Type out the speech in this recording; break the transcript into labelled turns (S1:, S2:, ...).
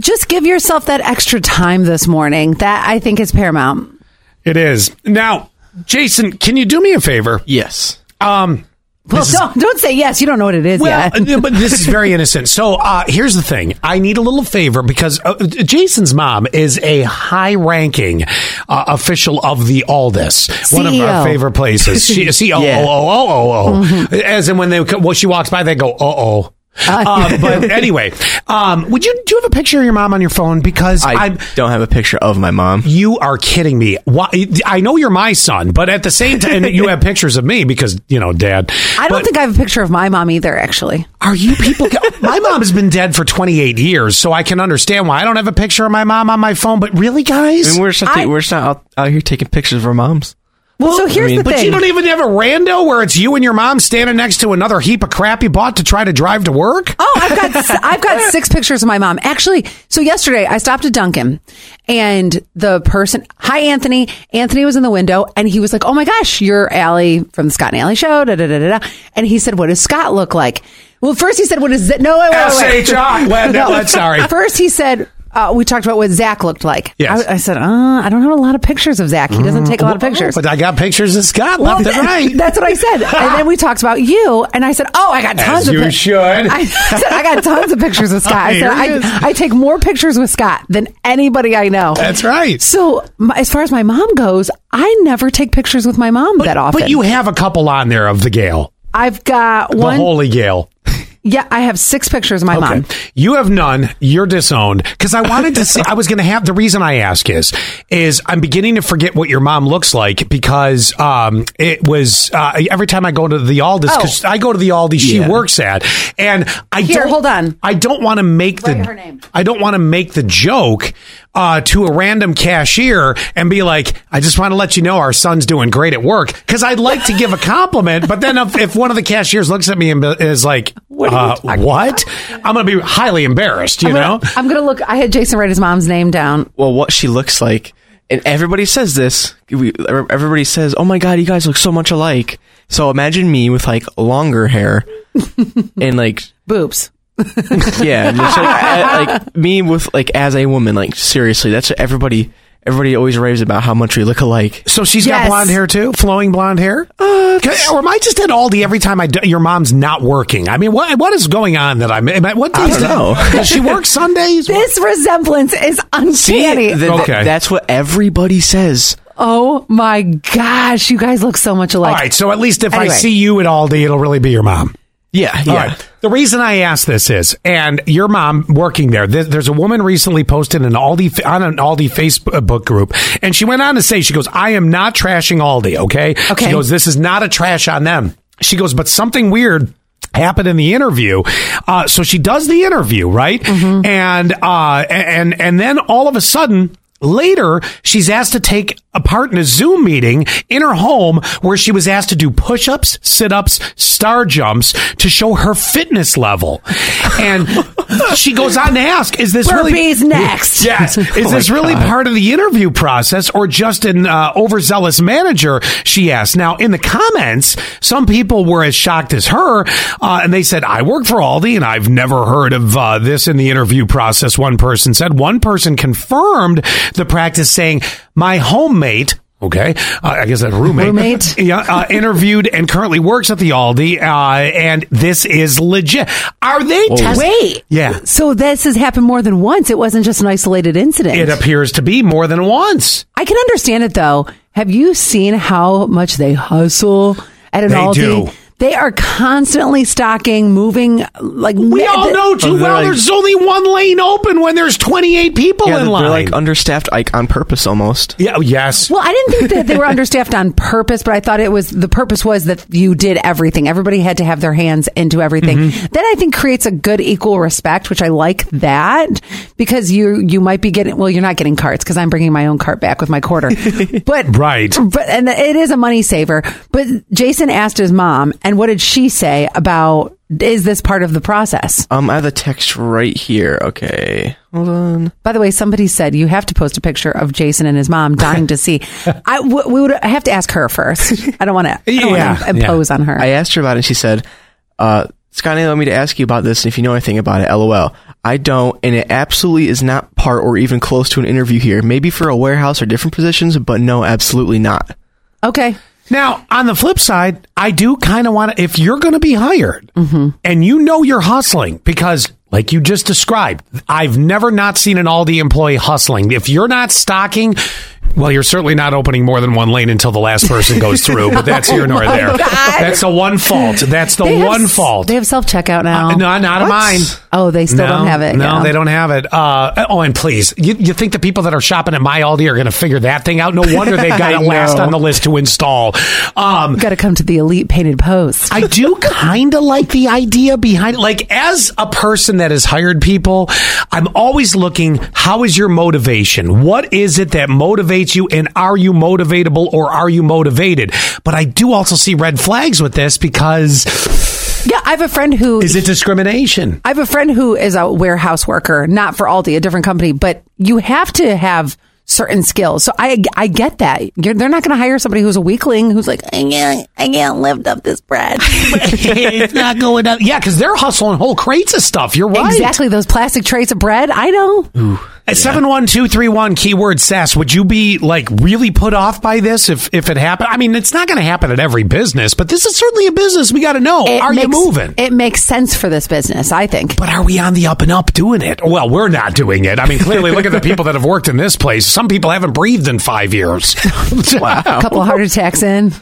S1: just give yourself that extra time this morning. That I think is paramount.
S2: It is. Now, Jason, can you do me a favor?
S3: Yes.
S2: Um,
S1: Well, don't, don't say yes. You don't know what it is
S2: well,
S1: yet.
S2: but this is very innocent. So uh, here's the thing: I need a little favor because uh, Jason's mom is a high-ranking uh, official of the Aldous, one of
S1: CEO.
S2: our favorite places. She, C E O Oh, O
S3: E Yeah. Mm-hmm.
S2: O O O O. As in when they co- well, she walks by, they go, "Uh oh." Uh, but anyway, um, would you do you have a picture of your mom on your phone? Because
S3: I
S2: I'm,
S3: don't have a picture of my mom.
S2: you are kidding me. Why? I know you're my son, but at the same time, you have pictures of me because you know, Dad.
S1: I don't
S2: But
S1: think I have a picture of my mom either. Actually,
S2: Are you people? my mom has been dead for 28 years, so I can understand why I don't have a picture of my mom on my phone. But really, guys,
S3: I mean, we're just not,
S1: I-
S3: we're just not out, out here taking pictures of our moms.
S1: well, so here's
S3: mean-
S1: the
S2: but
S1: thing.
S2: you don't even have a rando where it's you and your mom standing next to another heap of crap you bought to try to drive to work.
S1: Oh, I've got s- I've got six pictures of my mom. Actually, so yesterday I stopped at Dunkin' and the person, hi Anthony. Anthony was in the window and he was like, "Oh my gosh, you're Allie from the Scott and Allie show." Da, da, da, da, da. And he said, "What does Scott look like?" Well, first he said, "What is that?" No, wait, wait, wait, wait.
S2: SHI. Well, no, I'm sorry.
S1: First he said. Uh, we talked about what Zach looked like.
S2: Yes. Mm-hmm.
S1: I, I said, uh, I don't have a lot of pictures of Zach. He doesn't take a lot of pictures.
S2: But I got pictures of Scott left and right.
S1: That's what I said. And then we talked about you, and I said, "Oh, I got tons
S2: As
S1: of
S2: you
S1: pic-
S2: should. Oh,
S1: I said, "I got tons of pictures of Scott." I said,
S2: Here it is.
S1: I, "I take more pictures with Scott than anybody I know."
S2: That's right.
S1: So, my, as far as my mom goes, I never take pictures with my mom that often.
S2: But you have a couple on there of the Gale,
S1: I've got
S2: the
S1: one.
S2: Holy Gale.
S1: yeah, I have six pictures of my mom.
S2: You have none. You're disowned. Because I wanted to see, I was going to have, the reason I ask is, is I'm beginning to forget what your mom looks like because um, it was, uh, every time I go to the Aldi's, because I go to the Aldi she
S3: Yeah.
S2: works at, and I
S1: Oh. Here,
S2: don't,
S1: hold on.
S2: I don't want to make the,
S1: Write her name.
S2: I don't want to make the joke uh, to a random cashier and be like, I just want to let you know our son's doing great at work. Because I'd like to give a compliment, but then if, if one of the cashiers looks at me and be- is like,
S1: are you
S2: uh, what? I'm going to be highly embarrassed, you
S1: I'm
S2: know?
S1: gonna, I'm gonna look. I had Jason write his mom's name down.
S3: Well, what she looks like, and everybody says this. We, everybody says, "Oh my god, you guys look so much alike." So imagine me with like longer hair, and like
S1: Boobs.
S3: yeah, and it's like, I- like me with like as a woman. Like seriously, that's what everybody. Everybody always raves about how much we look alike.
S2: So she's
S1: Yes. Uh,
S2: got blonde hair too, flowing blonde hair. Okay, or am I just at Aldi every time I do, your mom's not working? I mean, what what is going on that I'm? am I- What days?
S3: don't
S2: do-
S3: know.
S2: Does she work Sundays?
S1: This resemblance is uncanny.
S3: th- th-
S2: Okay.
S3: that's what everybody says.
S1: oh my gosh, you guys look so much
S2: All
S1: alike.
S2: right, so at least if
S1: Anyway.
S2: I see you at Aldi, it'll really be your mom.
S3: Yeah, yeah.
S2: All right. The reason I ask this is, and your mom working there. There- There's a woman recently posted an Aldi on an Aldi Facebook group, and she went on to say, she goes, "I am not trashing Aldi, okay?
S1: Okay.
S2: She goes, this is not a trash on them. She goes, but something weird." happened in the interview uh, so she does the interview right
S1: Mm-hmm.
S2: and uh, and and then all of a sudden later she's asked to take a part in a zoom meeting in her home where she was asked to do push-ups sit-ups star jumps to show her fitness level and she goes on to ask is this really
S1: Burpees next. Oh
S2: Yes. Is this really part of the interview process or just an uh, overzealous manager? She asked. Now, in the comments, some people were as shocked as her, uh, and they said, I work for Aldi and I've never heard of uh, this in the interview process, one person said. One person confirmed the practice, saying, My homemate. Okay, uh, I guess that roommate.
S1: Roommate.
S2: yeah, uh, interviewed and currently works at the Aldi, uh, and this is legit. Are they testing?
S1: Wait.
S2: Yeah.
S1: So this has happened more than once. It wasn't just an isolated incident.
S2: It appears to be more than once.
S1: I can understand it though. Have you seen how much they hustle at an
S2: They
S1: Aldi?
S2: do.
S1: They are constantly stocking, moving like
S2: We all know
S3: Oh,
S2: too
S3: they're
S2: well
S3: like-
S2: there's only one lane open when there's 28 people
S3: Yeah,
S2: in
S3: they're
S2: line.
S3: like understaffed, like on purpose almost.
S2: yeah, yes.
S1: Well, I didn't think that they were understaffed on purpose, but I thought it was the purpose was that you did everything. Everybody had to have their hands into everything.
S2: Mm-hmm.
S1: That I think creates a good equal respect, which I like that because you you might be getting well, you're not getting carts because I'm bringing my own cart back with my quarter, but
S2: Right.
S1: but and it is a money saver. But Jason asked his mom, and what did she say about is this part of the process?
S3: Um, I have a text right here. Okay, hold on.
S1: By the way, somebody said you have to post a picture of Jason and his mom dying to see. I w- we would I have to ask her first. I don't want to
S2: Yeah,
S1: impose on her.
S3: I asked her about it. and She said, uh, Scott Allen, let me to ask you about this and if you know anything about it, lol. I don't, and it absolutely is not part or even close to an interview here. Maybe for a warehouse or different positions, but no, absolutely not.
S1: Okay.
S2: Now, on the flip side, I do kind of want to, if you're going to be hired and you know you're hustling, because like you just described, I've never not seen an Aldi employee hustling. If you're not stocking, well, you're certainly not opening more than one lane until the last person goes through, but that's here nor there.
S1: God.
S2: That's the one fault. That's the
S1: They have
S2: one
S1: s-
S2: fault. Uh,
S1: They have self checkout now.
S2: no, not of mine.
S1: Oh, they still don't have it.
S2: No,
S1: yeah.
S2: they don't have it. Uh, oh, and please, you, you think the people that are shopping at my Aldi are going to figure that thing out? No wonder they've got it last on the list to install. Um,
S1: Got to come to the elite painted post.
S2: I do kind of like the idea behind like as a person that has hired people, I'm always looking how is your motivation? What is it that motivates you and are you motivatable or are you motivated? But I do also see red flags with this because
S1: Yeah, I have a friend who
S2: is it discrimination?
S1: I have a friend who is a warehouse worker, not for Aldi, a different company, but you have to have certain skills. So I I get that. You're, they're not going to hire somebody who's a weakling who's like, I can't, I can't lift up this bread.
S2: it's not going up. Yeah, because they're hustling whole crates of stuff. You're right.
S1: Exactly, those plastic trays of bread. I know.
S2: At 71231 keyword sass, would you be like really put off by this if if it happened? I mean, it's not going to happen at every business, but this is certainly a business we got to know.
S1: It
S2: are
S1: makes-
S2: you moving?
S1: It makes sense for this business, I think.
S2: but are we on the up and up doing it? Well, we're not doing it. I mean, clearly, look at the people that have worked in this place. Some people haven't breathed in five years. wow.
S1: A couple heart attacks in.